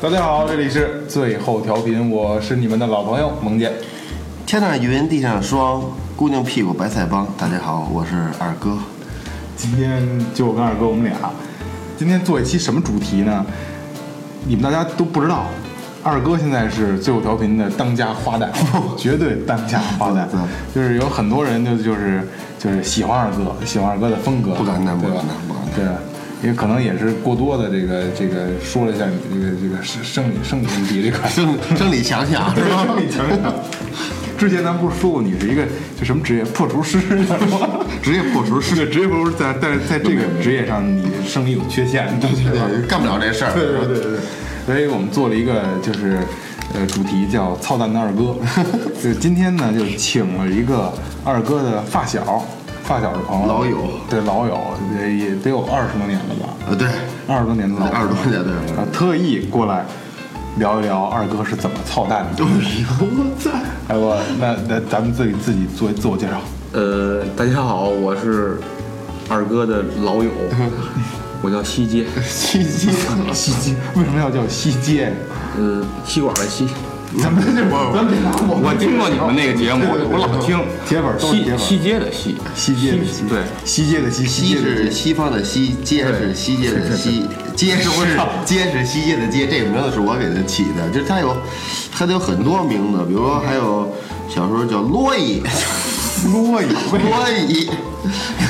大家好，这里是最后调频，我是你们的老朋友萌姐。天上云，地上霜，姑娘屁股白菜帮。大家好，我是二哥。今天就我跟二哥我们俩，今天做一期什么主题呢？你们大家都不知道，二哥现在是最后调频的当家花 旦，绝对当家花旦对。就是有很多人就就是就是喜欢二哥，喜欢二哥的风格，不敢当对吧不敢当不敢当对。因为可能也是过多的这个这个说了一下你这个这个生生理生理问题这块，生生理想想是吧？生理强项。之前咱们不是说过你是一个就什么职业破厨师啊是吗？职业破厨师，对，职业不是在，但是在这个职业上，你生理有缺陷，对对吧？对，干不了这事儿。对对对对。所以我们做了一个就是，呃，主题叫“操蛋的二哥”。就今天呢，就请了一个二哥的发小，发小的朋友，老友，对老友，也也得有二十多年了吧，呃，对，二十多年的老友二十多年对。啊，特意过来聊一聊二哥是怎么操蛋的。我操！哎我那那咱们自己自己做自我介绍，呃，大家好，我是二哥的老 友，我叫西街，七七，西街为什么要叫西街？呃，吸管的吸。 咱们这咱们别拿我我听过你们那个节目，我老听。铁粉都是铁西粉西街的西，西街的西，对，西街的西，西西街的西。是西方的西，街是西街的西，街是不是街是西街的街？这个名字是我给他起的，就是他有，他有很多名字，比如说还有小时候叫洛伊，啰嗦，洛伊，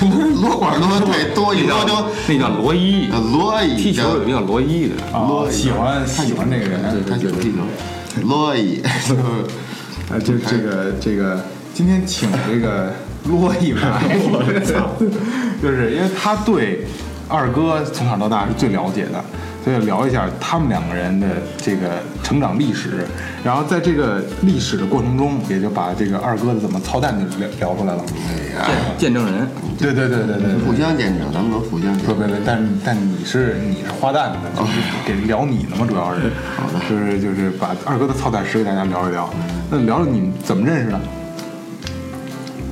可能是罗管多对多一那多叫多。那叫罗伊，罗伊踢球有一个叫罗伊的，啊，喜欢喜欢这个人。他就是这种罗伊，啊，这这个这个，今天请这个啰一来， 我操，就是因为他对二哥从小到大是最了解的，所以聊一下他们两个人的这个成长历史，然后在这个历史的过程中，也就把这个二哥的怎么操蛋就聊聊出来了。见见证人。对对对对对对。互相见证，咱们能互相见不证。不不，但但你是你是花旦的，就是给聊你呢嘛，主要是，就是就是把二哥的操蛋史给大家聊一聊。那聊聊你们怎么认识的？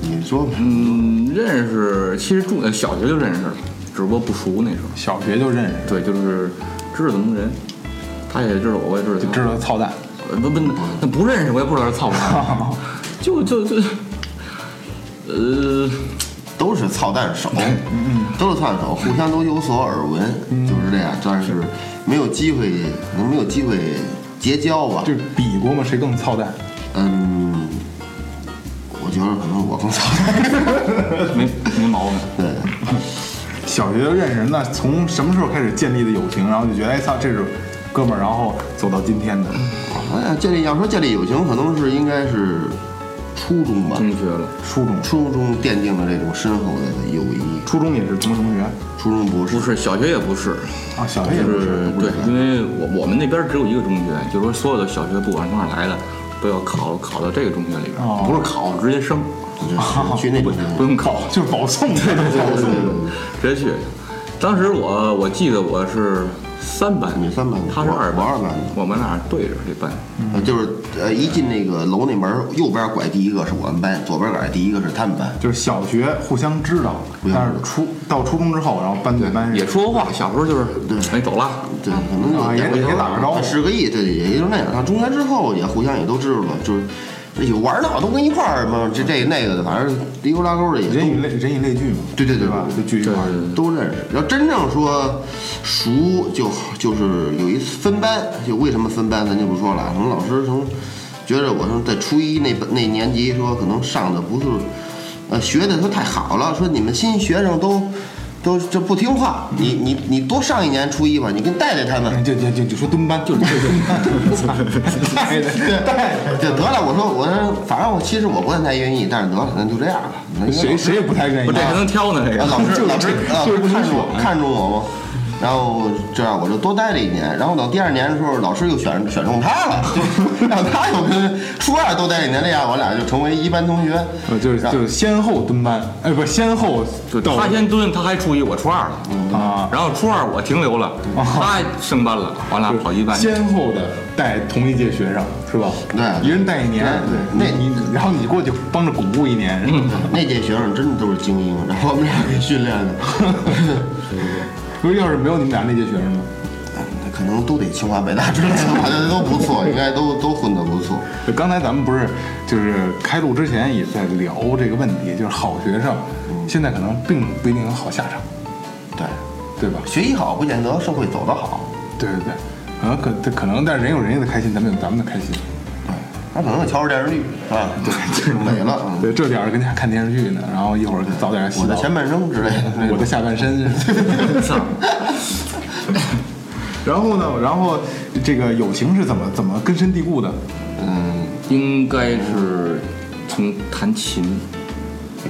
你说吧，嗯，认识，其实中呃小学就认识了，只不过不熟那时候。小学就认识，对，就是知道怎么个人，他也知道我，我也知道就他。知道操蛋。呃不不，那不认识我也不知道是操不 操，就就就，呃，都是操蛋手，都是操蛋手，互相都有所耳闻，就是这样。但是没有机会，能没有机会结交吧就？是比过嘛，谁更操蛋？嗯，我觉得可能我更操蛋。哎没没毛病。对，小学就认识，那从什么时候开始建立的友情？然后就觉得哎操，这是哥们儿，然后走到今天的。 哎呀，建立要说建立友情，可能是应该是初中吧，中学了，初中，初中奠定了这种深厚的友谊。初中也是同班同学初中不是不是小学也不是，啊，小学也就是是对，因为我我们那边只有一个中学，就是说所有的小学不管从哪儿来的，都要考考到这个中学里边，哦不是考直接升，就是去那种不用考，就是保送这种保送。直接去。当时我我记得我是三班，你三班他是我二我二班的我们俩对着这班，呃，就是呃，一进那个楼那门儿，右边拐第一个是我们班，左边拐第一个是他们班。就是小学互相知道，互相知道但是初到初中之后，然后班对班也认识说话，小时候就是哎走了，对，可能啊就也得也打个招呼呃是个意，对，也就是那样。上中学之后也互相也都知道了，就是这有玩闹都跟一块儿嘛，这这那个的，反正溜拉勾的也人以都类人以类聚嘛，对对对吧？就聚一块儿。都认识。要真正说熟，就就是有一次分班，就为什么分班咱就不说了，可能老师从觉着我说在初一那班那年级说可能上的不是，呃，学的说太好了，说你们新学生都。都这不听话，你你你多上一年初一吧，你跟带带他们，就就就就说蹲班，就是就是带的带的，就得了。我说我说，反正我其实我不太愿意，但是得了，那就这样吧。那因为谁谁也不太愿意不这还能挑 呢这啊个。老师老师老就是师不看听中说我看中我吗？然后这样我就多待了一年，然后等第二年的时候，老师又选选中他了， 就让他又跟初二多待一年，这样我俩就成为一班同学。呃，就是就是先后蹲班，哎，不先后就到他先蹲，他还初一，我初二了，啊，然后初二我停留了，他升班了，我俩跑一班去。哦先后的带同一届学生是吧？对一人带一年，对嗯对你你然后你过去帮着巩固一年，那届学生真的都是精英，然后我们俩给训练的， 不是要是没有你们俩那届学生呢？可能都得清华北大之类的， 我觉得都不错，应该都都混得不错。刚才咱们不是就是开录之前也在聊这个问题，就是好学生嗯现在可能并不一定有好下场，对，对吧？学习好不见得社会走得好，对对对，可能可可能，但是人有人家的开心，咱们有咱们的开心。对，他可能有乔治电视剧是吧？ 对，美了。 嗯对，这点儿跟家看电视剧呢，然后一会儿早点洗我的澡，前半生之类哎的，我的下半身。 然后呢，然后这个友情是怎么怎么根深蒂固的？嗯，应该是从弹琴，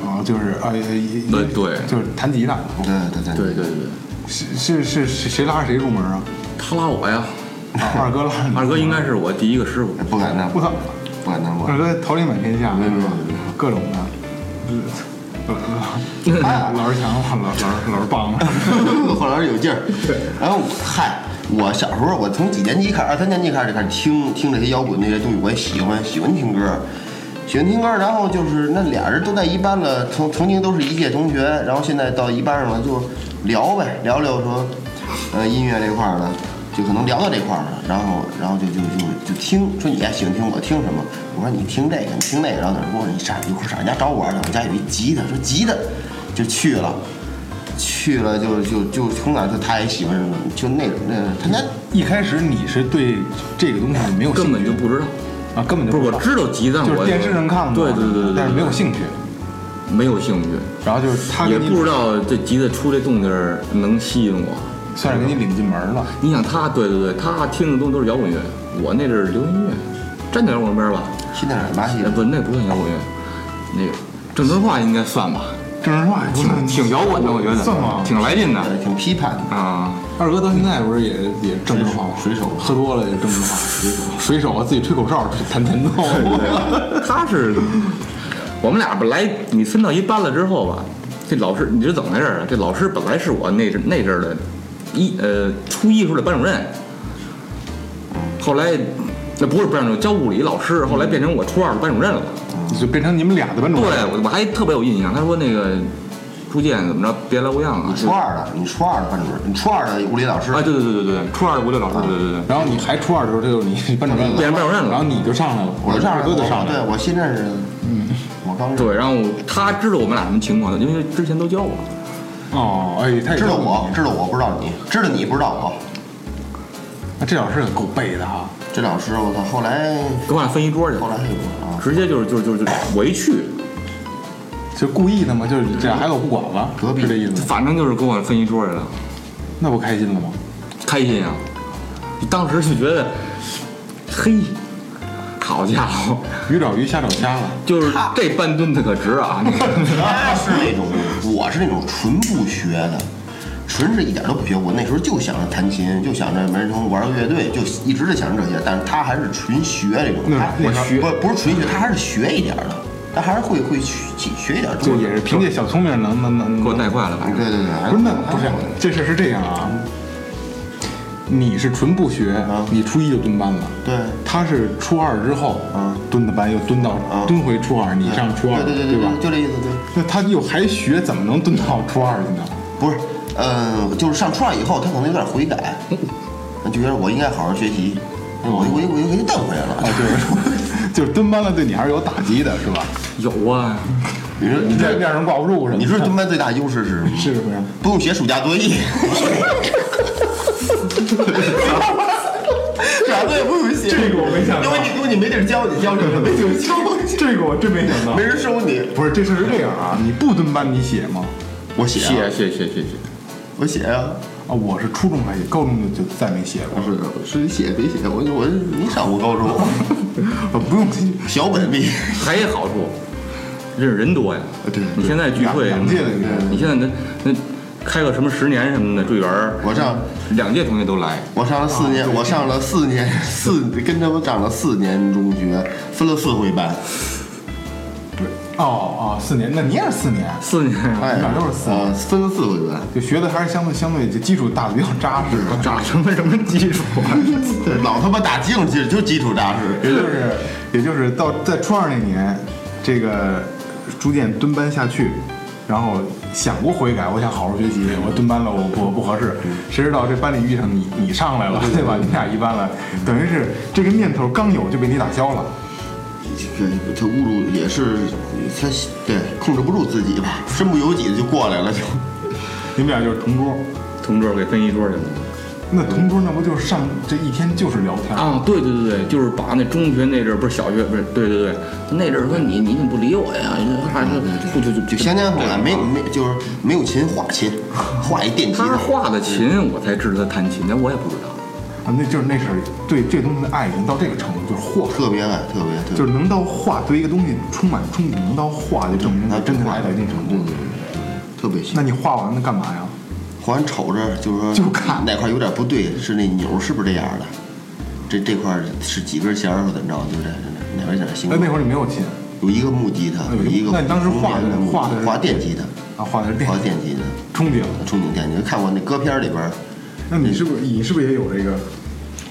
啊，就是啊，也也对呃对就是弹吉他，对对对对对对，是是是是谁拉着谁入门啊？他拉我呀，啊二哥拉着你， 二哥应该是我第一个师傅，不敢当，我操，不敢当，不二敢哥桃李满天下，没有没有各种的，呃老老老是强，老老老是棒，当。后来有劲儿，然后嗨，我小时候我从几年级开始，二三年级开始就开始听听这些摇滚那些东西，我也喜欢喜欢听歌，喜欢听歌。然后就是那俩人都在一班了，曾曾经都是一届同学，然后现在到一班上了就聊呗，聊聊说，呃，音乐这块儿的。就可能聊到这块儿了，然后，然后就就就就听说你爱喜欢听我听什么，我说你听这个，你听那个，然后他说你傻逼，一会儿上人家找我玩去，我家有一吉他，说吉他就去了，去了就就就从哪就他也喜欢什么，就那个那他那一开始你是对这个东西没有兴趣根本就不知道。啊，根本就不是，我知道知道吉他，就是我电视上看过，对对对对，但是没有兴趣。有没有兴趣，然后就是他给也你不知道这吉他出这动静儿能吸引我。算是给你领进门了。你想他，对对对，他听的东西都是摇滚乐，我那阵儿流行乐，站在摇滚边儿吧，新电影巴西哎不，那不算摇滚乐，那个郑智化应该算吧，郑智化挺挺摇滚的，我觉得，算吗？挺来劲的挺批判的，啊。二哥到现在不是也也郑智化吗？水手喝多了也郑智化，水手水手啊自己吹口哨弹弹奏。他是，我们俩本来你分到一班了之后吧，这老师你是怎么回事儿啊？这老师本来是我那阵那阵儿的一呃初一时候的班主任，后来那不是班主任，教物理老师，后来变成我初二的班主任了。就变成你们俩的班主对任。，我我还特别有印象，他说那个朱建怎么着，别来无恙啊你。初二的，你初二的班主任，你初二的物理老师啊，，对对对对对，初二的物理老师，对对对对，然后你还初二的时候，这就是你班主任了，变成班主任了然后你就上来了，我上二来哥我就上来对了。我新认识的，嗯，我刚认识对，然后他知道我们俩什么情况的，因为之前都教我。哦，哎，他也知道我，知道我不知道你，知道你不知道我，那这老师可够背的哈。这老师我操，后来给我俩分一桌去，后来还有啊，直接就是就是就是我一去，就故意的嘛，就是这俩孩子我不管了，隔壁是这意思吗？反正就是跟我分一桌去了，那不开心了吗？开心啊！当时就觉得，嘿，好家伙，鱼找鱼，虾找虾了。就是这半吨的可值啊！那个他是那种，我是那种纯不学的，纯是一点都不学。我那时候就想着弹琴，就想着没人玩个乐队，就一直在想着这些。但是他还是纯学这种，那他那不学是不是纯学，他还是学一点的，他还是会会学学一点就东西也。是凭借小聪明能能能给我带坏了，反对正对对，还不是那不是还这事儿是这样啊，你是纯不学，啊你初一就蹲班了。对他是初二之后，嗯蹲的班又蹲到嗯蹲回初二，你上初二，对对对吧对，？就这意思对。那他又还学，怎么能蹲到初二去呢？ 不是，呃，就是上初二以后，他可能有点悔改，就觉得我应该好好学习，我我我我给你瞪回来了。啊，对，就是蹲班了，对你还是有打击的，是吧？有啊，你说你这让人挂不住什么的？你说蹲班最大优势是什么？ 是什么呀？不用写暑假作业。啥作业不用写，这个我没想到因为你因为你没地儿教你，教你没地儿教 这个我真没想你，到没。人收你。不是，这事儿是这样啊，你不蹲班你写吗？我写啊谢谢谢谢谢谢。我写啊，啊，我是初中还写，高中就就再没写过。不是是写没写，我我没上过高中，我 不用写，小本毕业。还有好处，认识人多呀。对你现在聚会，两两届的应该你现在那那开个什么十年什么的队员儿，我上两届同学都来，我上了四年，啊我上了四年四跟他们上了四年中学，分了四回班。对，哦哦，四年，那你也是四年，四年啊哎，你哪都是四年呃分了四回班。就学的还是相对相对就基础打的比较扎实。长什么什么基础啊？ 对，老他妈打基础，就基础扎实。 也就是也就是到在初二那年，这个朱建蹲班下去，然后想过悔改，我想好好学习，我蹲班了，我不我不合适。谁知道这班里遇上你，你上来了，对吧？你俩一班了，等于是这个念头刚有就被你打消了。这他侮辱也是他对控制不住自己吧，身不由己的就过来了就。你们俩就是同桌，同桌给分一桌去了。那同桌那不就是上这一天就是聊天？啊，对对对对，就是把那中学那阵儿不是小学不是，对对对，那阵儿说你你怎么不理我呀？还是不就就就啊先天后来没对没就是没有琴画琴，画一电吉他他。画的琴，我才知道他弹琴，但我也不知道。啊，那就是那是对这东西的爱已经到这个程度，就是画，特别爱，特别特别。就是能到画对一个东西充满憧憬，能到画就证明他真的爱到一定程度。嗯特别喜那欢。你画完了干嘛呀？画完瞅着就是说，就看哪块有点不对，是那钮是不是这样的？这这块是几根弦儿或怎么着？就这这哪边有点形哎，状？那会儿你没有琴有一个木吉他，有有一一个那你当时红画的棉木吉他画的是画电吉他，啊，画的是电画电吉他。憧憬。憧憬电吉他，看过那歌片儿里边儿，那你是不是你是不是也有这个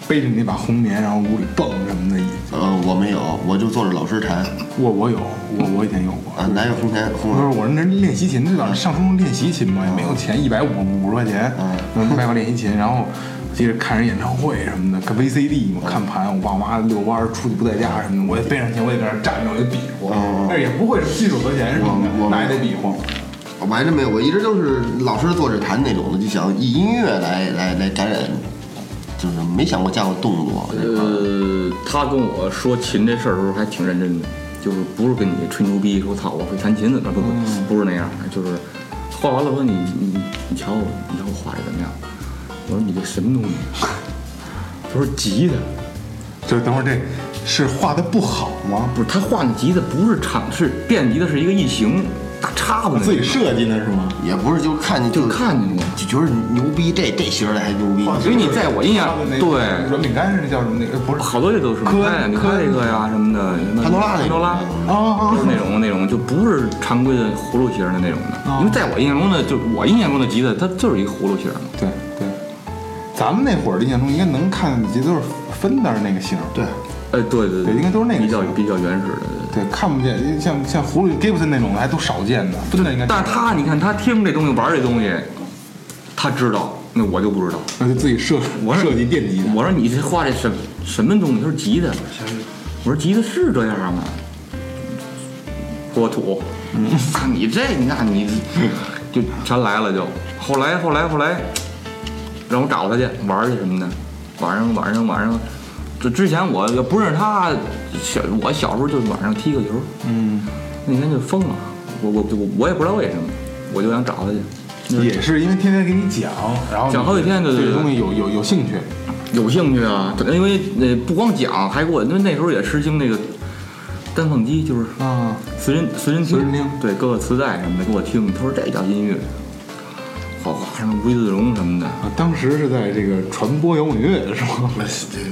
背着你那把红棉，然后屋里蹦什么的？呃，我没有，我就坐着老师弹我我有，我我以前有过。啊，哪有红前不红是，我说那练习琴，这老上初中练习琴嘛，也没有钱，一百五五十块钱嗯，嗯，买把练习琴，然后接着看人演唱会什么的，看 VCD 嘛，看盘，我爸妈遛弯儿出去不在家什么的，我也背上琴，我也在那儿站着，我就比划嗯嗯，但是也不会什么金手和弦什么我的，我那也得比划。我还真没有，我一直都是老师坐着弹那种的，就想以音乐来来来感染，就是没想过加过动作这块儿。呃，他跟我说琴这事儿的时候还挺认真的，就是不是跟你吹牛逼说操我会弹琴怎么着不嗯不不是那样，就是画完了说你你你你瞧我以后画的怎么样？我说你这什么东西？啊 他说吉他，就是等会儿这是画的不好吗？不是他画那吉他不是长是电吉他是一个异形大啊叉子那自己种设计的是吗？也不是就看哦见就看见过。就觉得牛逼，这这型儿的还牛逼。所以你在我印象画的那对软饼干是那叫什么那个？不是，好多这都是科哎你看这个呀什么的，什么潘多拉那潘多拉，种啊啊就是那种那种就不是常规的葫芦形的那种的，因为在我印象中的，就我印象中的吉他，它就是一个葫芦形嘛。对对，咱们那会儿的印象中应该能看见都是芬达那个型儿。对，哎，对对对应该都是那个比较形状比较原始的。对，看不见，像像葫芦 Gibson 那种的还都少见呢，真的应该。但是他，你看他听这东西，玩这东西，他知道，那我就不知道。那就自己设我说设计电吉他，我说你这画这什什么东西？他说吉他。我说吉他是这样 吗？国土。看你这，你看你， 就全来了就。后来后来后来，让我找他去玩儿去什么的。晚上晚上晚上，就之前我要不认识他，小我小时候就晚上踢个球，嗯，那天就疯了。我我我我也不知道为什么，我就想找他去。就是也是因为天天给你讲，然后讲好几天对对对这对东西有有有兴趣，有兴趣啊，因为那不光讲，还给我，因为那时候也吃惊那个单放机，就是啊，随身随身听，随身听对，各个磁带什么的给我听，他说这叫音乐，哗哗什么吴自荣什么的，啊当时是在这个传播摇滚乐是吗？哎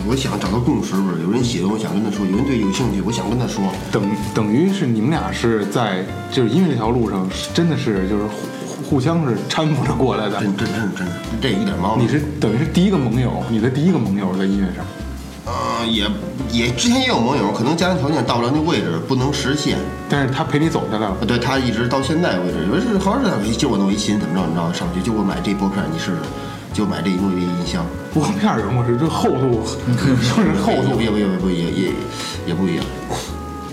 我想找到共识，不是有人喜欢，我想跟他说；有人对有兴趣，我想跟他说。等等于是你们俩是在就是音乐这条路上，是真的是就是互互相是搀扶着过来的。真真真真，这一点毛病你。是等于是第一个盟友，你的第一个盟友在音乐上，呃，也也之前也有盟友，可能家庭条件到不了那位置，不能实现。但是他陪你走下来了。啊对他一直到现在为止，有的是好像是借我弄一琴，怎么着怎么着，上去就给我买这拨片，你试试，就买这一诺贝音箱，我片儿有我是这厚度，说是厚度不也不也不也也也不一样，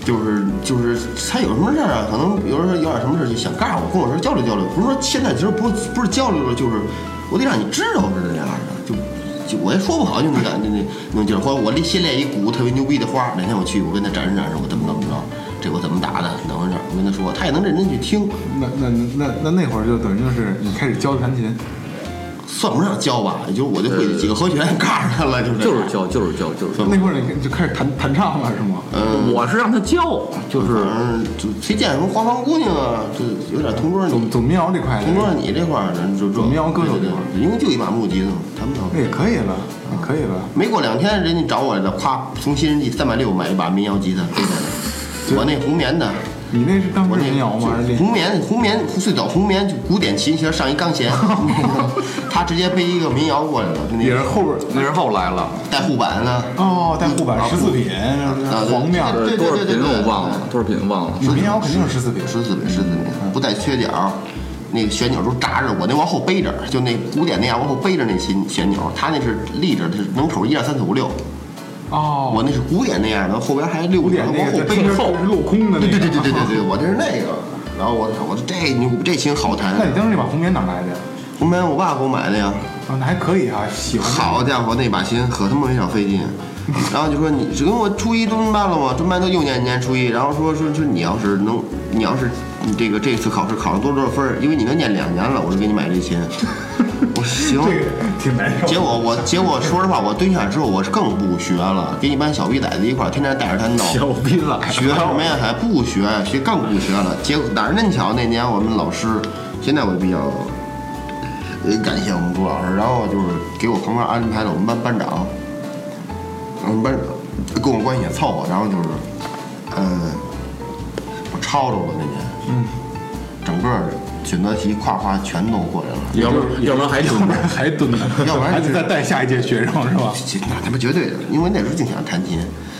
就是就是他有什么事儿啊，可能有时候有点什么事儿就想告诉我，跟我说交流交流，不是说现在其实不不是交流了，就是我得让你知道是这样的，就。就我也说不好，就那感那那那劲儿，或者我先练一鼓特别牛逼的花，哪天我去，我跟他展示展示，我怎么怎么着，这我怎么打的，怎么回事儿，我跟他说，他也能认真去听，那那那那那会儿就等于就是你开始教弹琴，算不上教吧，也就是我就会几个和弦，告诉他了，就是就是教就是教就是教，那会儿你就开始弹弹唱了是吗？嗯，我是让他教，就是嗯，就推荐什么花房姑娘啊，就有点同桌你走走民谣这块同桌的，你这块儿的，就这民谣歌手对这对块儿，对因为就一把木吉他嘛，他们倒那也可以了，也可以了。没过两天，人家找我来了，咵，从新人记三百六买一把民谣吉他背下来，我那红棉的，你那是当时我那民谣吗？还是就红棉红棉最早红棉就古典琴弦上一钢 弦，他直接背一个民谣过来了，就那也个是后边儿那是后来了，带护板啊的。哦，带护板啊十四品，对黄面儿，对对多少对对品对我忘了，多少品忘了。你民谣肯定是十四品，十字笔，十字笔，不带缺角，那个旋钮都扎着，我那往后背着，就那古典那样往后背着那琴旋钮，他那是立着，它是能口一二三四五六，哦，我那是古典那样的，后边还六古典那个往后在背着中间后，是镂空的那对个，啊对对对对对 对，我这是那个，然后我操，我说这牛这琴好那你弹，当时那把红棉哪来的呀？红棉我爸给我买的呀，啊，那还可以啊，喜欢。好家伙，那把琴可他妈没少费劲。然后就说你只跟我初一蹲班了吗？蹲班都又年年初一。然后说说说你要是能，你要是你这个这次考试考了多少多少分儿，因为你都念两年了，我就给你买这琴。我说行。这个 挺难受的。结果我结果说实话，我蹲下之后我是更不学了，跟一帮小逼崽子一块儿天天带着他闹。小逼了，学什么呀？还不学，学更不学了。结果哪儿嫩巧，那年我们老师，现在我比较呃感谢我们朱老师，然后就是给我旁边安排了我们班班长，我们班长跟我关系也凑合，然后就是，嗯、我抄着了那年，嗯，整个选择题夸夸全都过来了。要不然要不然还要挺不然 还蹲呢，要不然还得再带下一届学生是吧？这那他妈绝对的，因为那时候净想弹琴。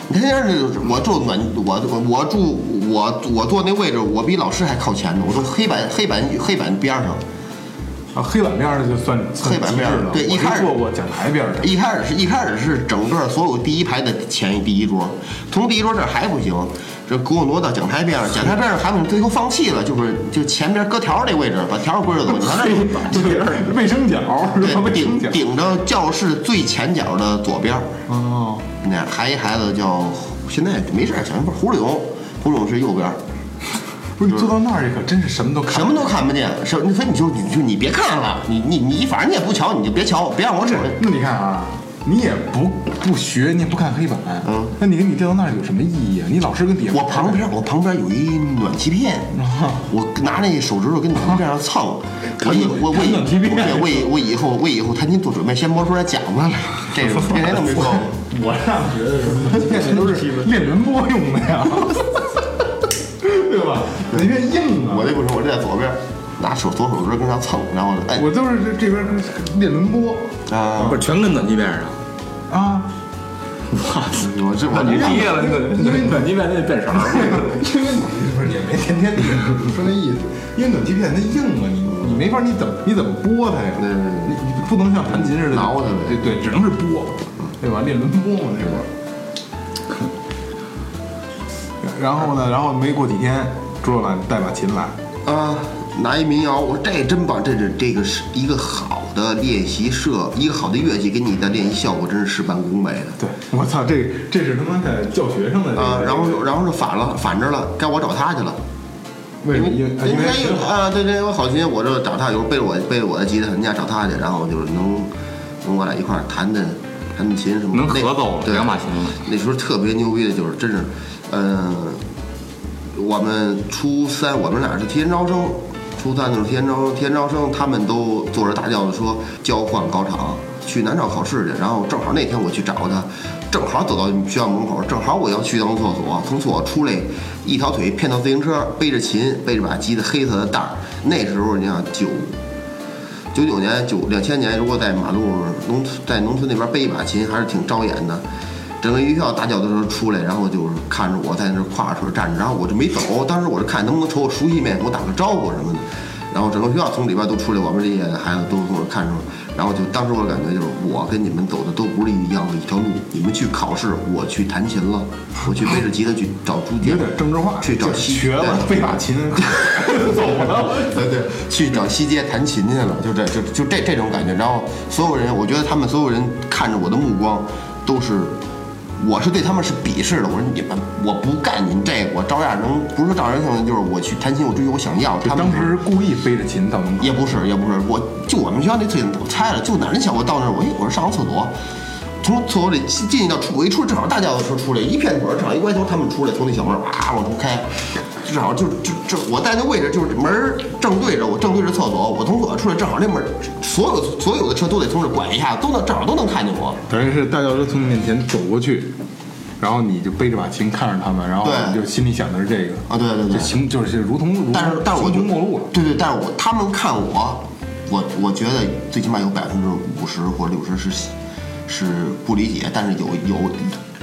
你看，要是我住暖，我我住我我坐那位置，我比老师还靠前呢。我坐黑板黑板黑板边儿上，啊，黑板边儿的就算算黑板边儿极致了对我一开始坐过讲台边儿的，一开始是一开始是整个所有第一排的前第一桌，从第一桌这儿还不行，这给我挪到讲台边上，讲台边上韩们最后放弃了，就是就前边搁条儿那位置，把条儿搁 着走。你看那就是卫生角是吧？对卫生顶角。顶着教室最前角的左边儿，哦，那还一孩子叫现在没事儿，小不胡柳，胡柳是右边儿，不是你坐到那儿可真是什么都看什么都看不见。什么所以你就你就你别看了，你你你反正你也不瞧，你就别瞧，别让我瞅。那你看啊，你也不不学，你也不看黑板，嗯那你给你调到那儿有什么意义啊？你老师跟底下我旁边我旁边有一暖气片，啊我拿那手指头跟暖气片上蹭。我以我我以暖气片对我以我以后我以后弹琴做准备，先摸出来讲 过来。这是跟谁都没说过。我上学的时候，练的都是练轮播用的呀， 对吧？你这硬啊！我这不是，我这在左边，拿手左手指头跟上蹭，然后哎我就是这这边练轮播啊不，是全跟暖气边上。啊，哇塞！我这 我你毕业了，因为 暖气边那变色儿， 因为你不是也没天天练，说那意思，因为暖气片它硬啊，你你没法，你怎么你怎么拨它呀？对对对你你不能像弹琴似的挠它呗对对，只能是拨，对吧？练轮拨嘛那会儿。然后呢，然后没过几天，朱老板带把琴来，啊，拿一民谣，我说这真棒，这是这个是一个好的练习社，一个好的乐器给你的练习效果真是事半功倍的。对我操，这这是他妈的教学生的这啊个，然后然后是反了，反着了，该我找他去了。为什么？因为因为因为啊，对对，我好琴，我这找他，有时候背着我背着我的吉他，人家找他去，然后就是能能我俩一块儿弹弹弹弹琴什么的，能合奏奏了，对两把琴了。那时候特别牛逼的就是，真是，呃，我们初三我们俩是提前招生，初三的时候提前招生，提前招生他们都坐着大轿子说交换考场去南诏考试去，然后正好那天我去找他，正好走到学校门口，正好我要去趟厕所，从厕所出来，一条腿骗到自行车，背着琴，背着把吉他黑色的袋儿，那时候你想九九九年、九两千年，如果在马路农村在农村那边背一把琴，还是挺招眼的。整个学校大脚的时候出来，然后就是看着我在那儿挎着腿站着，然后我就没走。当时我是看能不能瞅我熟悉面，给我打个招呼什么的。然后整个学校从里边都出来，我们这些孩子都从我看着。然后就当时我感觉就是我跟你们走的都不是一样的一条路，你们去考试，我去弹琴了，我去背着吉他去找有朱杰，点政治化，去找就是西学了对背把 琴走了。对对，去找西街弹琴去了，就这就就这这种感觉。然后所有人，我觉得他们所有人看着我的目光都是，我是对他们是鄙视的。我说你们，我不干你们这个，我照样能，不是说照样能，就是我去弹琴，我追求我想要。就他们当时是故意背着琴到门口，也不是，也不是，我就我们学校那最我猜了，就哪人想我到那儿，我一我是上个厕所，从厕所里进进去到出，我一出来正好大轿子车出来，一片腿儿正好一歪头，他们出来从那小门儿哇往出开，正好就就就我在那位置就是门儿正对着我，正对着厕所，我从厕所出来正好那门儿，所有所有的车都得从这拐一下，都能正好都能看见我。等于是大教授从你面前走过去，然后你就背着把琴看着他们，然后对你就心里想的是这个啊，对对这对，行就是如同如但是但是我形同觉得陌路了。对对，但是我他们看我，我我觉得最起码有百分之五十或六十是是不理解，但是有有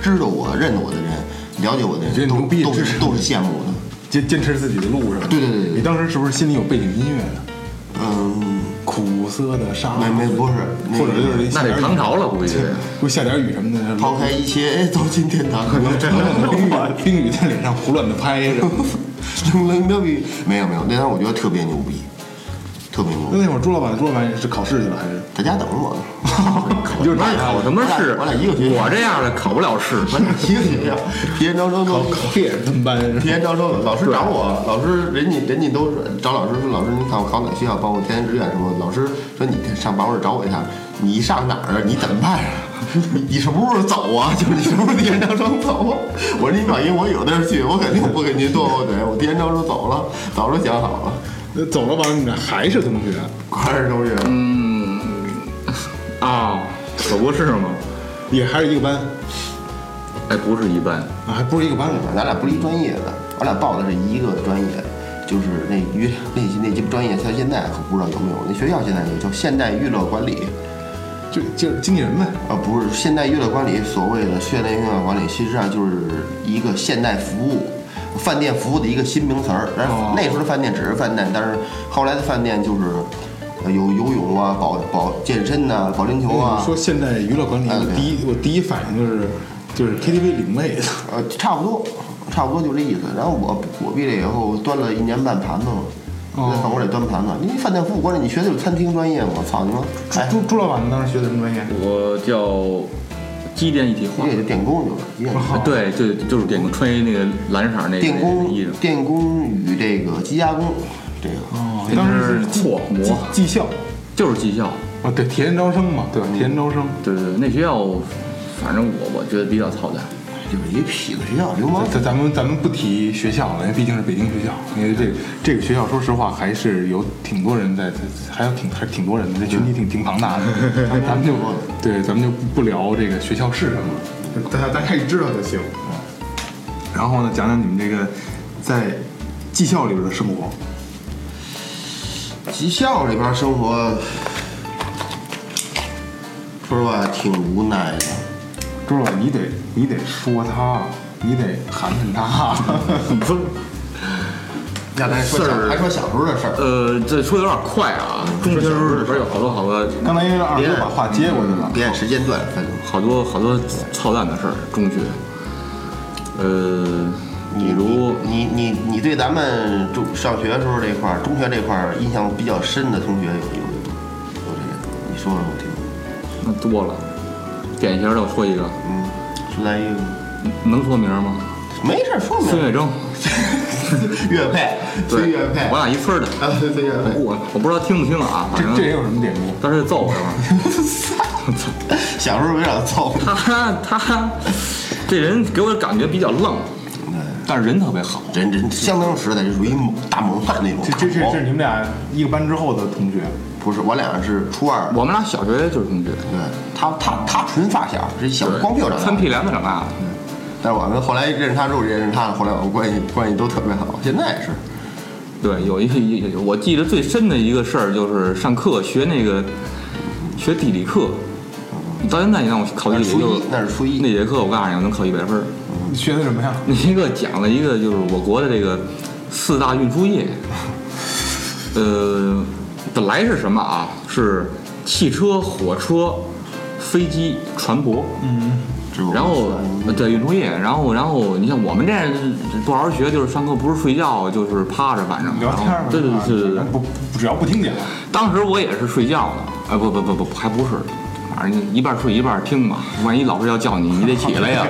知道我认得我的人，了解我的你觉得人你都牛逼都这是是都是羡慕的。坚坚持自己的路上。对对对对对你当时是不是心里有背景音乐呢？嗯，苦涩的沙，没没不是那或者个就是那得唐朝了，估计。会下点雨什么的，抛开一切走进天堂， 冰雨冰雨在脸上胡乱的拍着。 冷冷的雨，没有没有，那天我觉得特别牛逼，特别牛逼那。那会儿朱老板，朱老板也是考试去了还是？在家等着我呢，你就是那你考什么试？我俩一个学校我这样的考不了试。我俩一个学校，别人招生考都考的也是他们班是吧提前招生，老师找我，老师人家人家都是找老师说，老师您看我考哪学校，帮我填志愿什么的。老师说你上八位找我一下，你上哪儿啊？你怎么办啊？ 你你什么时候走啊？ 就是你什么时候提前招生走啊？我说您放心，我有地儿去，我肯定不跟您剁后腿。我提前招生走了，早就想好了，那走了吧，你俩还是同学，快点周月。嗯，啊，可不是吗？也还是一个班哎，不是一般。啊，还不是一个班里。咱俩不是一专业的，我俩报的是一个专业，就是那娱那那些专业，像现在可不知道有没有，那学校现在有叫现代娱乐管理。就就是经纪人呗，啊，不是现代娱乐管理，所谓的现代娱乐管理，其实上就是一个现代服务、饭店服务的一个新名词儿。但是哦那时候的饭店只是饭店，但是后来的饭店就是呃有游泳啊、保保健身呐、保龄球啊你，嗯说现在娱乐管理，哎我对第一我第一反应就是就是 KTV 零类的，呃，差不多，差不多就这意思。然后我我毕业以后端了一年半盘子嘛。哦在饭馆里端盘子，因为饭店服务管理，你学的就是餐厅专业嘛？我操你妈！朱哎，朱朱老板当时学的什么专业？我叫机电一体化你。也就电工去了，你也就哦对，就就是电工，穿一那个蓝色那个电工衣裳。、电工与这个机加工，这个哦那当时是是拓技磨，技校就是技校。啊，对，体验招生嘛，对吧？嗯体验招生，对对对，那学校，反正我我觉得比较操蛋。就是一痞子学校，流氓咱咱们咱们不提学校了，因为毕竟是北京学校，因为这个这个学校，说实话还是有挺多人在，还有挺还是挺多人的，这群体挺挺庞大的。咱们咱 们就对，咱们就不不聊这个学校是什么了，大家大概知道就行。然后呢，讲讲你们这个在技校里边的生活。技校里边生活，说实话挺无奈的。朱老，你得你得说他，你得寒碜他。不是，呀，咱说事小儿还说小时候的事儿，呃，这说的有点快啊。中学时候里边有好多好多刚才因为二哥把话接过去了，别按时间段分。好多好多操蛋的事儿。中学，呃，比如你你你对咱们中上学的时候这块儿，中学这块儿印象比较深的同学有有有有这个，你说说我听。那多了，典型的我说一个，嗯，说咱一个，能说名吗？没事儿说孙 明。月征，乐派，对崔乐派，我啊，俩一村儿的。 对崔乐派，我我不知道听不听啊，反这这也正有什么典故？当时揍我一会儿。小时候有点糙。他他这人给我感觉比较愣，但是人特别好。人人相当实在，就属于猛大猛汉那种。这这这大是猛你们俩一个班之后的同学，不是我俩是初二，我们俩小学就是同学，对他他他纯发小，是小对光屁股长三大。屁帘子长大的。但是我们后来认识他之后，认识他，后来我们关系关系都特别好，现在也是。对，有一有有我记得最深的一个事儿就是上课学那个学地理课，到现在你让我考地那理是初哦就一，那是初一，那节课我告诉你，我能考一百分儿。你学的什么呀？那节课讲 了一个就是我国的这个四大运输业，呃，本来是什么啊？是汽车、火车、飞机、船舶。嗯，之后然后呃对运输业，然后然后你像我们这样不好好学，就是上课不是睡觉就是趴着，反正聊天然儿后对对对对对不不只要不听讲，当时我也是睡觉呢，啊不不不不还不是，反正一半睡一半听吧，万一老师要叫你，你得起来呀。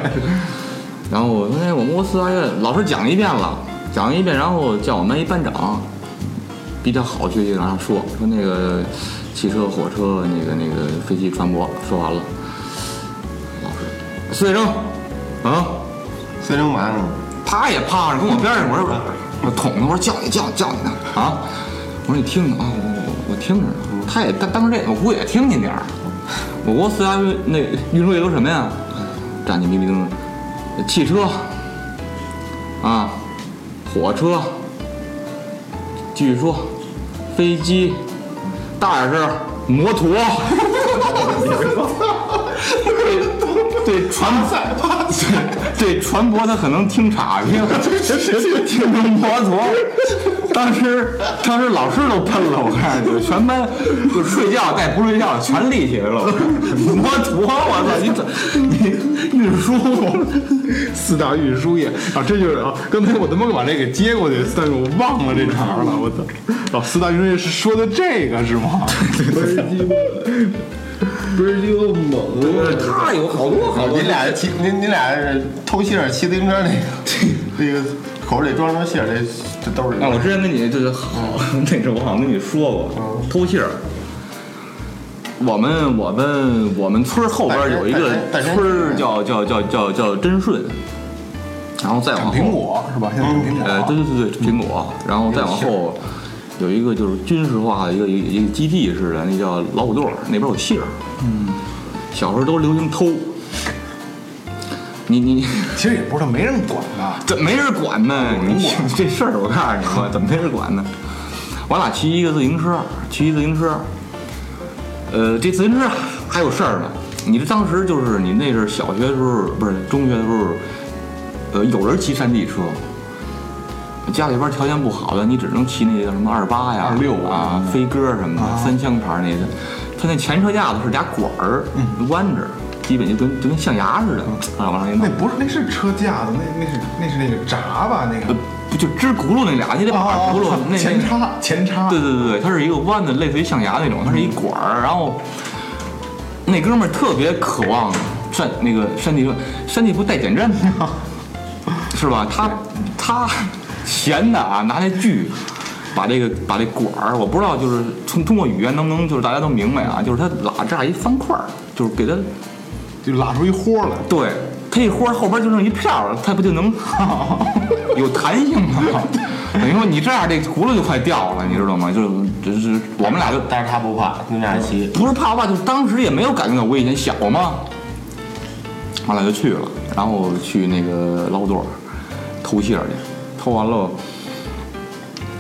然后我说哎，我们公司啊老师讲一遍了，讲了一遍，然后叫我们班一班长，比较好学习，然后说说那个汽车、火车、那个那个飞机、船舶，说完了，老师孙学生啊。孙正满他也趴着跟我边上，我说我捅他，我说叫你叫你叫你呢啊！我说你听着啊，我我我听着呢。他也当当时这我估计也听见点儿。我国四大运那运输业都什么呀？站起迷迷瞪瞪，汽车啊，火车，据说飞机，大点声儿，摩托。对对船 对对船舶，他可能听岔劈 了，听成摩托。当时当时老师都喷了，我看你全班就睡觉再不睡觉全立起来了。 摩托，我操你怎你运输？四大运输业啊，这就是啊，刚才我他妈把这给接过去，但是我忘了这茬了，我操！啊，四大运输业是说的这个是 吗？不是就猛他有好多好哦多您俩骑您您俩是偷信儿骑自行车那 个那个口里装着信儿，这这兜里啊，我之前跟你就是 好，那阵我好像跟你说过，偷信儿。我们我们我们村儿后边儿有一个本身本身村儿叫叫叫叫叫真顺，然后再产往后苹果是吧？现在产苹果呃，啊对对对对，苹果，然后再往后有一个就是军事化的一个一个一个基地似的，那叫老虎垛儿，那边有信儿。嗯，小时候都流行偷，你你。其实也不知道没人管吧。怎么没人管呢？你 这事儿我告诉你吧，怎么没人管呢？我俩骑一个自行车，骑一自行车，呃，这自行车还有事儿呢。你这当时就是你那是小学的时候，不是中学的时候，呃，有人骑山地车，家里边条件不好的，你只能骑那叫什么二八呀、 26啊、飞鸽什么的，三枪牌那个。它那前车架子是俩管儿弯着，基本就跟就跟象牙似的啊，往上一那。弄不是，那是车架子，那那是那是那个闸吧？那呃个，啊不就支轱辘那俩，呃你得把轱辘那哦前叉前叉，对对对对，它是一个弯的，类似于象牙那种，它是一管儿。然后那哥们儿特别渴望山那个山地车，山地不带减震 吗？是吧？他他闲的啊，拿那锯把这个把这管儿，我不知道就是通通过语言能不能就是大家都明白啊，就是他拉这样一方块儿，就是给他就拉出一豁来。对，它一豁后边就剩一片儿了，它不就能 有弹性吗？等于说你这样，这轱辘就快掉了，你知道吗？就是就是我们俩就但是他不怕，你俩骑。不是怕吧，就是当时也没有感觉到危险，小嘛。完了就去了，然后去那个老垛偷信儿去，偷完了，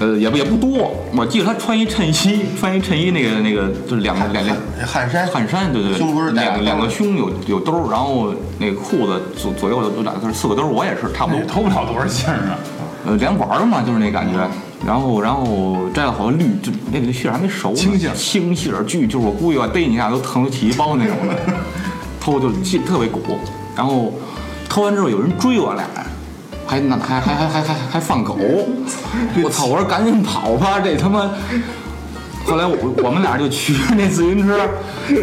呃，也不也不多，我记得他穿一衬衣，穿一衬衣那个那个就是两个两两。汗衫，汗衫，对对对，胸不是带两个个两个胸有有兜儿，然后那个裤子左左右有两个四个兜儿，我也是差不多也，偷不了多少信儿啊！呃，两管儿嘛，就是那感觉。然后然后摘了好多绿，就那个杏儿还没熟呢，青杏儿青杏儿巨，就是我估计吧，逮你一下都疼起一包那种的， 偷就是气特别鼓。然后偷完之后有人追我俩。还那还还还还还还放狗，我操！我说赶紧跑吧，这他妈后来我我们俩就骑着那自行车，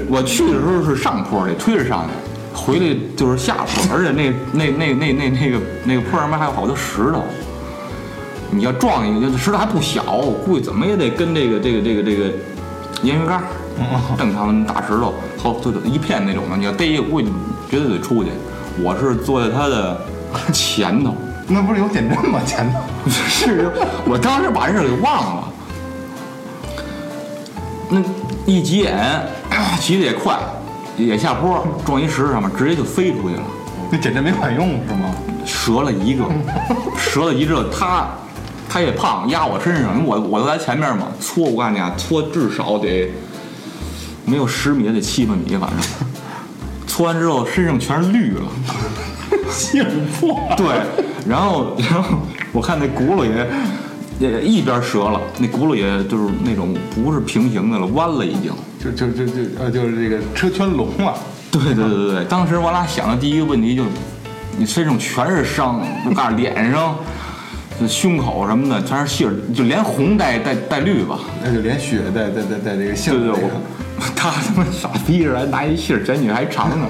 我去的时候是上坡的，推着上去，回来就是下坡，而且那那那那那那个那个坡上面还有好多石头，你要撞一个，这石头还不小，我估计怎么也得跟这个这个这个这个烟灰缸，正常大石头，好就是一片那种的，你要逮一个，估计绝对得出去。我是坐在他的前头。那不是有减震吗？ 前 头是，我当时把这事儿给忘了。那一急眼，骑的也快，也下坡，撞一石头上面，直接就飞出去了，那减震没管用是吗？折了一个，折了一个。他他也胖，压我身上，因为我我都在前面嘛，搓我告诉你啊，搓至少得没有十米，也得七八米，反正。 搓完之后身上全是绿了。 信破对，然后然后我看那轱辘也也一边折了，那轱辘也就是那种不是平行的了，弯了已经。就就就就呃，就是这个车圈聋了。对对对对对，当时我俩想的第一个问题就是，你身上全是伤，我告诉你脸上、这胸口什么的全是信儿，就连红带带带绿吧。那就连血带带带带这个对性对，质我他他妈傻逼似的，还拿一信儿，前女还长呢，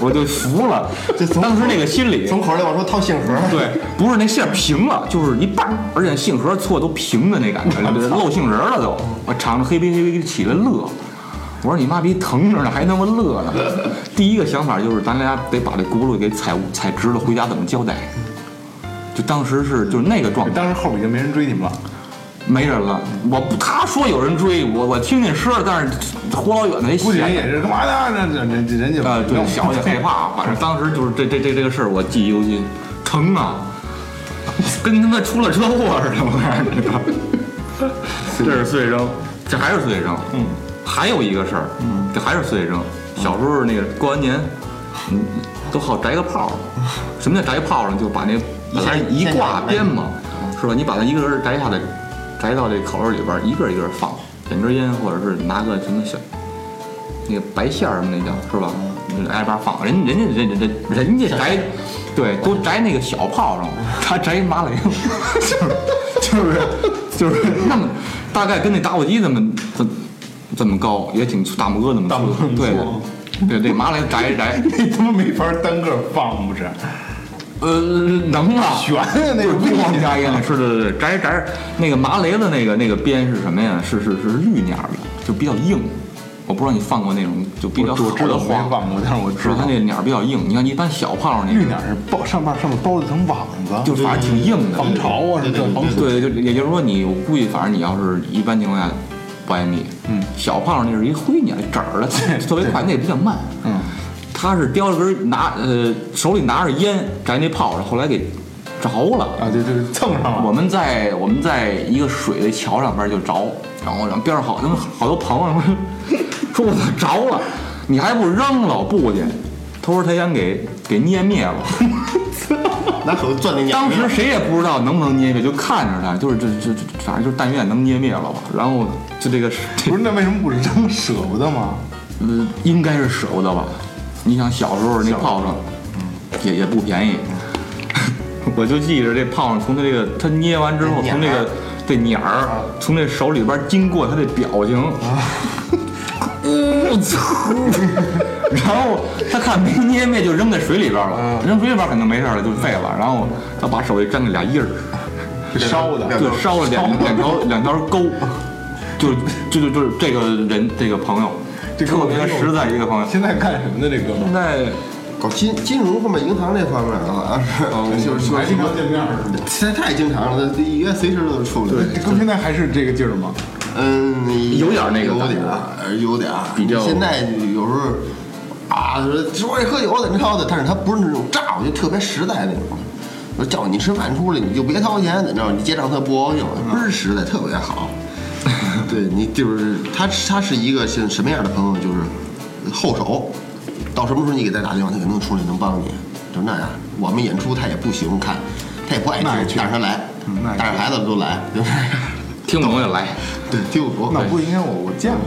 我就服了。这从当时那个心理，从口里往出掏信盒，对，不是那线儿平了，就是一半儿，而且杏核错都平的那感觉，就是露杏仁儿了都。我尝着黑皮黑皮起来乐，我说你妈逼疼着呢，还他妈 乐呢。第一个想法就是咱俩得把这轱辘给踩踩直了，回家怎么交代？就当时是就是那个状态，当时后边已经没人追你们了，没人了。我不，他说有人追我，我听见声儿，但是呼老远的估计人也是干嘛呢？那人人家啊，对，小也害怕，反正当时就是这这这这个事儿我记忆犹新，疼啊，跟他妈出了车祸似的，我感觉。这是碎扔，这还是碎扔。嗯，还有一个事儿，嗯，这还是碎扔。小时候那个过完年，嗯，都好宅个炮儿。什么叫宅炮儿呢？就把那本来嗯嗯一挂鞭嘛，是吧？你把它一个人宅下来，宅到这烤肉里边儿，一个一个放，点根烟，或者是拿个什么小那个白馅儿什么那叫是吧？挨边放，人人家人人人人家宅，对，都宅那个小炮仗，他宅麻雷， 就是 就是就是那么大概跟那打火机这么这这么高，也挺粗大拇哥那么粗，对对对，麻雷宅一宅，那他妈没法单个放，不是？呃，能 啊，悬啊那个不是光加烟了，是对对对，宅宅那个麻雷的那个那个边是什么呀？是是是绿捻儿的，就比较硬。我不知道你放过那种就比较我好知道的我没花，放过，但是我知是它道那捻儿比较硬。你看一般小炮仗那绿个，点是包上面上面包的层网子，就反正挺硬的。防潮啊什么的，防水。对，就也就是说你，我估计反正你要是一般情况下不爱密，嗯，小炮仗那是一灰捻儿纸儿的，特别快，那也比较慢，嗯，他是叼着根儿拿呃手里拿着烟摘那炮仗，后来给着了，啊，对对，蹭上了。我们在我们在一个水的桥上边就着，然后然后边上好他们好多朋友说，说我操着了，你还不扔了？我不过去，他说他想给给捏灭了。拿手攥那鸟当儿时谁也不知道能不能捏灭，就看着他，就是这这这，反正就是但愿能捏灭了吧。然后就这个这不是，那为什么不扔？舍不得吗？嗯，应该是舍不得吧？你想小时候那炮仗，也也不便宜。 我就记着这炮仗从他这个他捏完之后，这从这捻儿个这捻儿从这手里边经过，他这表情，我操！ 然后他看没捏灭，就扔在水里边了。扔水里边肯定没事了，就废了。然后他把手里沾个俩印儿，烧的，就烧了两两条两条沟，就就就就是这个人这个朋友，这哥特们儿别实在一个朋友。现在干什么呢？这哥们儿现在搞金金融或者银行这方面的好像是， 就是哦说还什经么常见面儿是吗？现在太经常了，一约随时都出来。这哥们儿现在还是这个劲儿吗？嗯，有点儿那个有感觉点儿，有点儿。比较现在有时候啊，说爱喝酒怎么着的，但是他不是那种诈，我就特别实在那种。我叫你吃饭出来，你就别掏钱，怎么着？你结账他不高兴，倍儿实在，特别好。对你就是他，他是一个像什么样的朋友？就是后手，到什么时候你给他打电话，他肯定出来能帮你，就那样。我们演出他也不行看，他也不爱听那也，确实但是他来嗯那，也带着孩子都来，就是这样。听不懂也来，对，听我那说。不应该我我见过，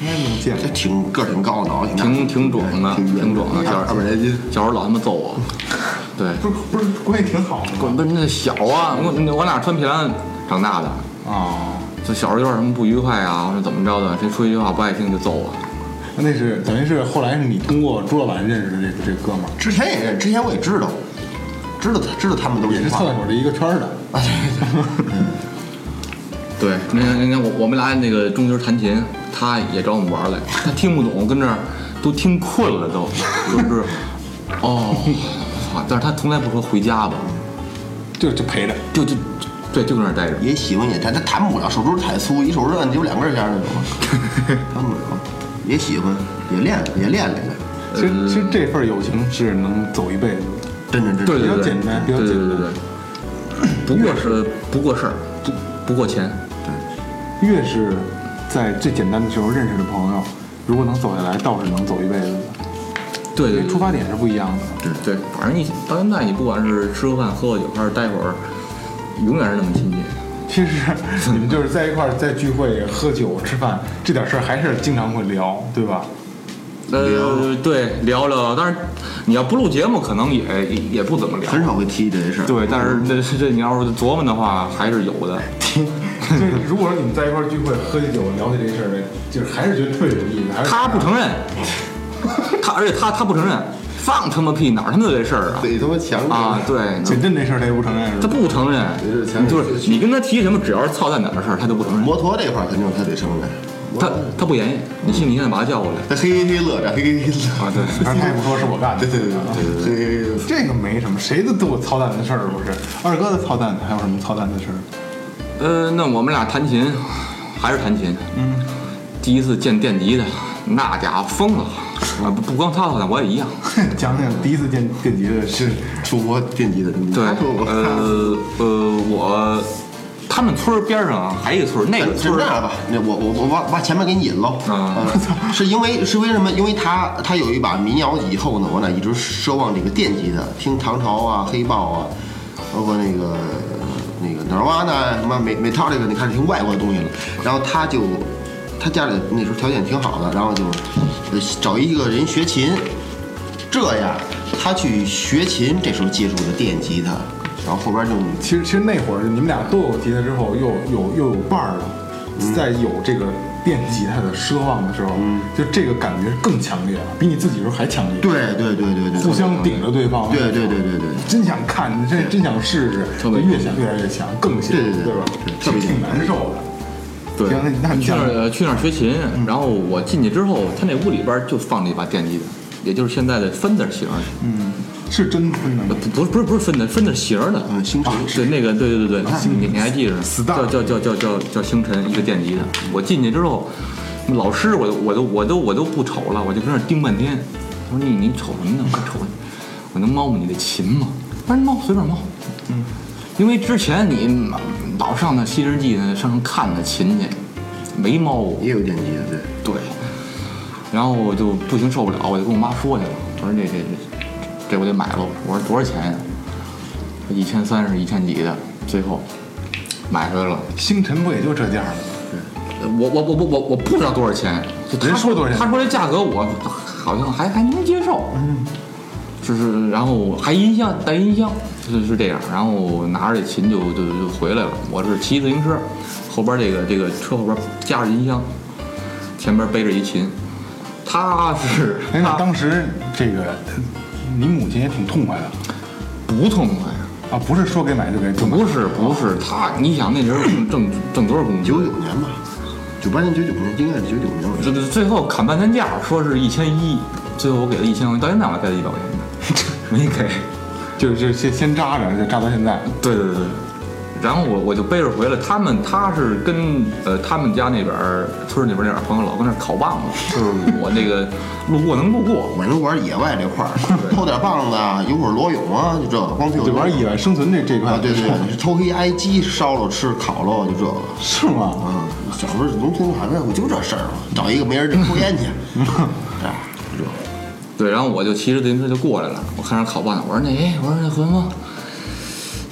应该能见这挺个儿挺高，脑袋挺挺啊挺壮的，挺壮的。二小百来斤。小时候老他妈揍 我，对，过。不是不是关系挺好的吗？不是那小啊，我我俩穿皮篮长大的，啊，就小时候有点什么不愉快啊，或者怎么着的，谁说一句话不爱听就揍我。那是等于是后来是你通过朱老板认识的这个这个哥们儿，之前也认，之前我也知道，知道他知道他们都也是情况厕所的一个圈儿的。啊，对对对，对，那那那我我们俩那个中学弹琴，他也找我们玩儿来，他听不懂，跟这儿都听困了都，就是哦，操但是他从来不说回家吧，就就陪着，就就对，就跟那儿待着。也喜欢也弹，他弹不了，手指头太粗，一手指头就两根弦儿那种，弹不了，也喜欢，也练也练练练，其实其实这份友情是能走一辈子的。真真真。对比对较对，简单比较对对简对单对，不过是不过事儿，不不过钱，越是在最简单的时候认识的朋友，如果能走下来，倒是能走一辈子的，对因对为出发点是不一样的。对对，反正你到现在你不管是吃个饭、喝个酒，还是待会儿，永远是那么亲近。其实 你们就是在一块儿在聚会、喝酒、吃饭这点事儿，还是经常会聊，对吧？呃，对，聊聊，但是你要不录节目，可能也也也不怎么聊。很少会提这些事儿，对，但是这这你要是琢磨的话，还是有的。嗯就是如果说你们在一块儿聚会、喝起酒、聊起这事儿，就是还是觉得特别有意思。还是他不承认，他而且他他不承认，放他妈屁，哪儿他妈有这事儿啊？嘴他妈强着啊，对，减震这事儿，他也不承认，是他吧？不承认是强，就是你跟他提什么，只要是操蛋点的事儿，他就不承认。摩托这块儿肯定他得承认，他他不言语，你信不信？现在把他叫过来他嘿嘿嘿乐着，嘿嘿嘿乐。啊？对，反正他也不说是我干的。对对对对对，嘿嘿嘿乐。这个没什么，谁都都有操蛋的事儿，不是？二哥的操蛋，还有什么操蛋的事儿？ 呃，那我们俩弹琴，还是弹琴。嗯，第一次见电吉他，那家伙疯了啊！不不光他好像我也一样。讲讲第一次见电吉的是触摸电极的，对，说过啊呃呃，我他们村儿边儿上啊还有一个村儿，那个哎是村这儿样吧，那我我我把把前面给你引喽。啊嗯，是因为是为什么？因为他他有一把民谣，以后呢，我俩一直奢望这个电吉他，听唐朝啊、黑豹啊，包括那个那个哪儿哇呢，什么美美套这个，你开始听外国的东西了。然后他就他家里那时候条件挺好的，然后就呃找一个人学琴，这样他去学琴，这时候接触的电吉他，然后后边就其实其实那会儿你们俩都有吉他之后，又有又有伴儿了，嗯在有这个电吉他的奢望的时候，就这个感觉是更强烈了，比你自己时候还强烈，对对对对对，互相顶着对方，对对对对对。真想看，你真真想试试，特别越想越来越强，更想，对对对对吧？对特挺别挺难受的。对行，那那你去讲嗯那，儿去那儿学琴，然后我进去之后，他那屋里边儿就放了一把电吉他，也就是现在的 Fender 型儿的，嗯，是真分的吗？不不是不是不是 Fender Fender 型儿的，嗯，星辰对那个对对对对，你你还记着？死蛋叫叫叫叫叫叫星辰一个电吉他，我进去之后，老师我都我都我都我都不瞅了，我就跟那儿盯半天。我说你你瞅什么呢？我瞅你，我能摸摸你的琴吗？他说摸随便摸。嗯，因为之前你嗯老上那新世纪那上看那琴去，没摸过。也有电机的，对。对，然后我就不行受不了，我就跟我妈说去了，我说这这这这我得买了，我说多少钱呀、一千三是一千几的，最后买回来了。星辰不也就这价儿吗？我我我我我我不知道多少钱，就他人说多少钱他说这价格我好像还还能接受，嗯就是然后还音箱带音箱，是是这样，然后拿着这琴就就就回来了。我是骑自行车，后边这个这个车后边夹着音箱，前边背着一琴，他是哎，那他当时这个你母亲也挺痛快的不痛快。啊，不是说给买就给就买，不是不是，他你想那时候挣挣挣多少工资？九九年吧，九八年、九九年，应该是九九年。我觉这得这最后砍半天价，说是一千一，最后我给了一千块钱，到现在我还带了一百块钱呢，没给。就就先先扎着，就扎到现在。对对对。然后我我就背着回来，他们他是跟呃他们家那边儿村儿那边儿那点儿朋友老跟那儿烤棒子，就是我那个路过能路过，我能玩野外这块 儿，偷点棒子啊，一会儿裸泳啊，就这个，光屁股就玩野外生存这这块，啊，对对，你是偷黑挨鸡，烧了吃，烤了，就这个。 是吗？嗯，小时候农村还没有就这事儿嘛，找一个没人的抽 烟去，哎，就这个对，然后我就骑着自行车就过来了，我看着烤棒子，我说那哎，我说那回吗？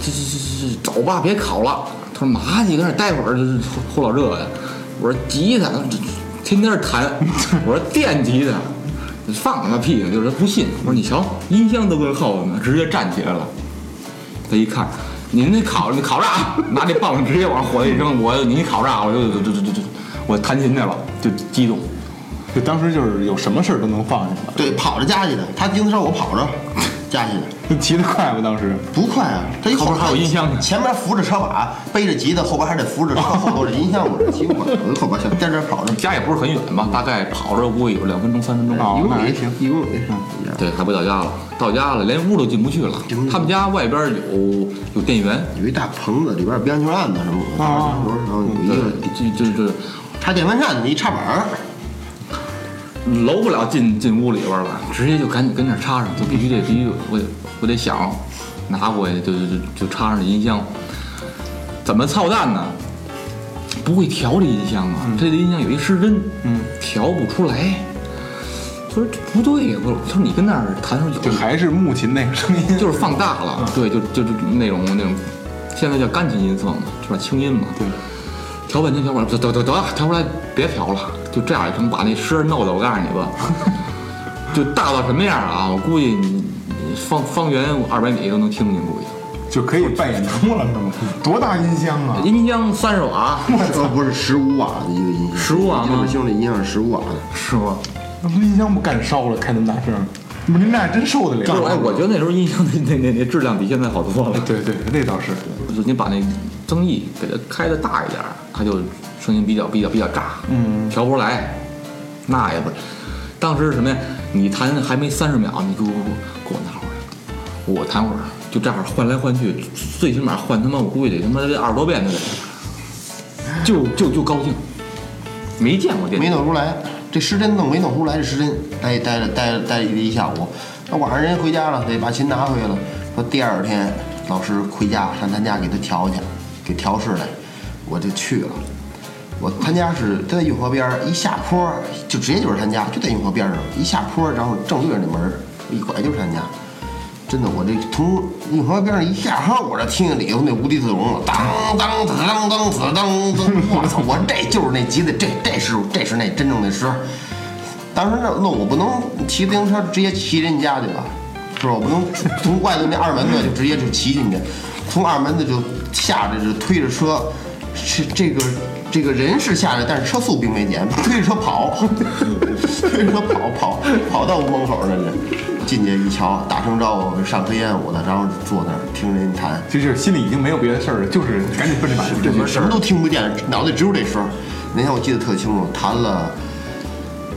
这这这这走吧，别烤了。他说嘛你搁那儿待会儿，这这后老这个呀。我说吉他，这这天天弹。我说电吉他，你放他妈屁呢！就是他不信。我说你瞧，音箱都跟后头呢，直接站起来了。他一看，您那烤你烤炸，拿那棒子直接往火里扔，我你烤炸，我就就就就就我弹琴去了，就激动。就当时就是有什么事儿都能放下了，对，跑着家去的，他经常我跑着家去的，就骑得快吗？当时不快啊，他一后边还有音箱呢前面扶着车把，背着吉他，后边还得扶着车，后头是音箱，我这骑不稳，我就后边在这跑着，家也不是很远吧，大概跑着估计有两分钟、三分钟。哦一那共还也行，一共也对，还不到家了，到家了连屋都进不去了进不。去他们家外边有有电源，有一大棚子，里边有编球案子什么，的，啊然后有一对个，就就就插电风扇的一插板儿，搂不了进进屋里边了，直接就赶紧跟那儿插上，就必须得必须我得我得想拿过去就就就就插上这音箱，怎么操蛋呢？不会调这音箱啊，这音箱有一失真，嗯，调不出来。他说这不对呀，我说他说你跟那儿弹说就有还是木琴那个声音，就是放大了，对，就就就那种那种，现在叫钢琴音色嘛，就是轻音嘛，对，调半天调半天，得得得得，调出来别调了，就这样也成，把那诗弄的，我告诉你 吧，就大到什么样啊？我估计你你方方圆二百米都能听见，估计就可以办演出了，是吗？ 多大音箱啊！音箱三啊十瓦，呃，不是十五瓦的一个音箱， 15瓦吗就是兄弟音响十五瓦的，是吗？那不音箱不干烧了，开那么大声，不是您俩真受得不是，哎，了？我觉得那时候音箱那那那那质量比现在好多了。呃对对，那倒是，就是你把那增益给它开的大一点儿，它就声音比较比较比较炸，嗯调不出来，那也不是。当时是什么呀？你弹还没三十秒，你给我给我给我拿回来，我弹会儿，就这样换来换去，最起码换他妈我估计得他妈得二十多遍都得。就就就高兴，没见过电没梯，弄出来，这失真弄没弄出来，这失真待待了待待了一下午，那晚上人家回家了，得把琴拿回来了。说第二天老师回家上他家给他调去，给调试来，我就去了。我他家是他在运河边儿，一下坡儿就直接就是他家，就在运河边儿上，一下坡儿，然后正对着那门儿，一拐就是他家。真的，我这从运河边上一下呵，我这听见里头那无地自容了，当当当当当当当，我操！我这就是那吉的，这这是这是那真正的诗。当时那那我不能骑自行车直接骑人家去吧，是吧？我不能从 外头那二门子就直接就骑进去，从二门子就下着就推着车，是这个这个人是下来，但是车速并没减，推着车跑， 推着车跑跑跑到屋门口那就进去一瞧，打声招呼上车烟我的，然后坐那儿听人谈，其实就是心里已经没有别的事儿了，就是赶紧奔这把这什句么事什么儿。都听不见，脑袋只有这声儿。那天我记得特清楚，谈了，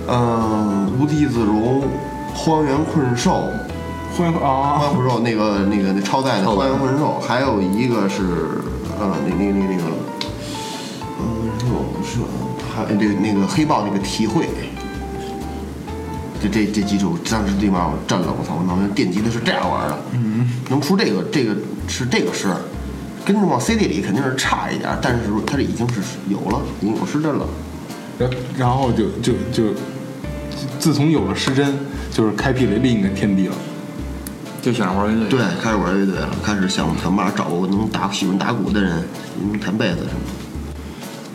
嗯、无地自容，荒原困兽，欢荒啊，原困兽那个那个那超载的超载荒原困兽，还有一个是呃那那那那个，嗯，我不是，还有哎那个那个黑豹那个体会。这这这几首，当时立马我震了，我操！我脑袋电吉他是这样玩的，嗯，能出这个这个是这个诗，跟着往 CD 里肯定是差一点，但是它这已经是有了，已经有失真了。然后然后就就就，自从有了失真，就是开辟了另一个天地了。就想着玩乐队。对，开始玩乐队了，开始想想办法找个能打喜欢打鼓的人，能弹贝斯什么的。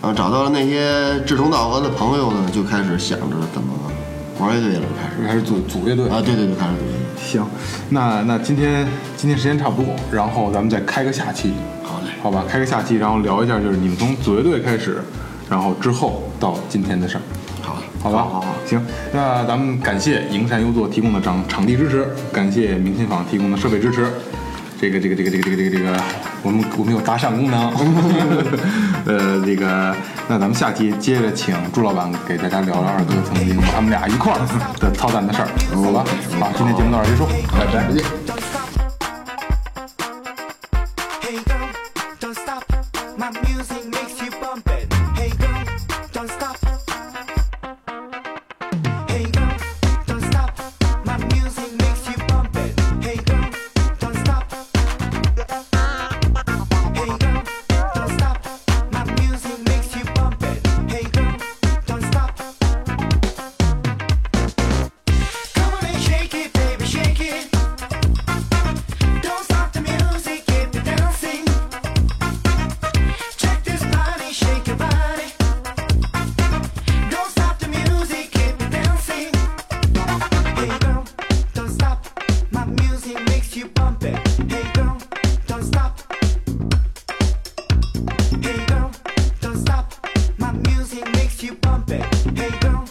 啊，找到了那些志同道合的朋友呢，就开始想着怎么玩乐队了，开始还是组组乐队啊，对对对，开始组乐队。行，那那今天今天时间差不多，然后咱们再开个下期，好嘞，好吧？开个下期，然后聊一下就是你们从组乐队开始，然后之后到今天的事儿，好嘞。好吧？好好行，那咱们感谢营山优作提供的场场地支持，感谢明琴坊提供的设备支持。这个这个这个这个这个这个这个，我们我们有打赏功能， 呃，这个，那咱们下期接着请朱老板给大家聊聊二哥曾经他们俩一块儿的操蛋的事儿，好吧？好，今天节目到这儿结束，拜拜。 Don't stop. Hey girl, don't stop. My music makes you bump it. Hey girl, don't stop. Hey girl, don't stop. My music makes you bump it. Hey girl, don't stop. Hey girl, don't stop. My music makes you bump it. Hey girl, don't stop. Come on and shake it, baby, shake it. Don't stop the music, keep it dancing. Check this body, shake your body. Don't stop the music, keep it dancing. Hey girl, don't stop. My music makes you bump it. Hey girl, don't stop. Hey girl, don't stop. My music makes you bump it. Hey girl,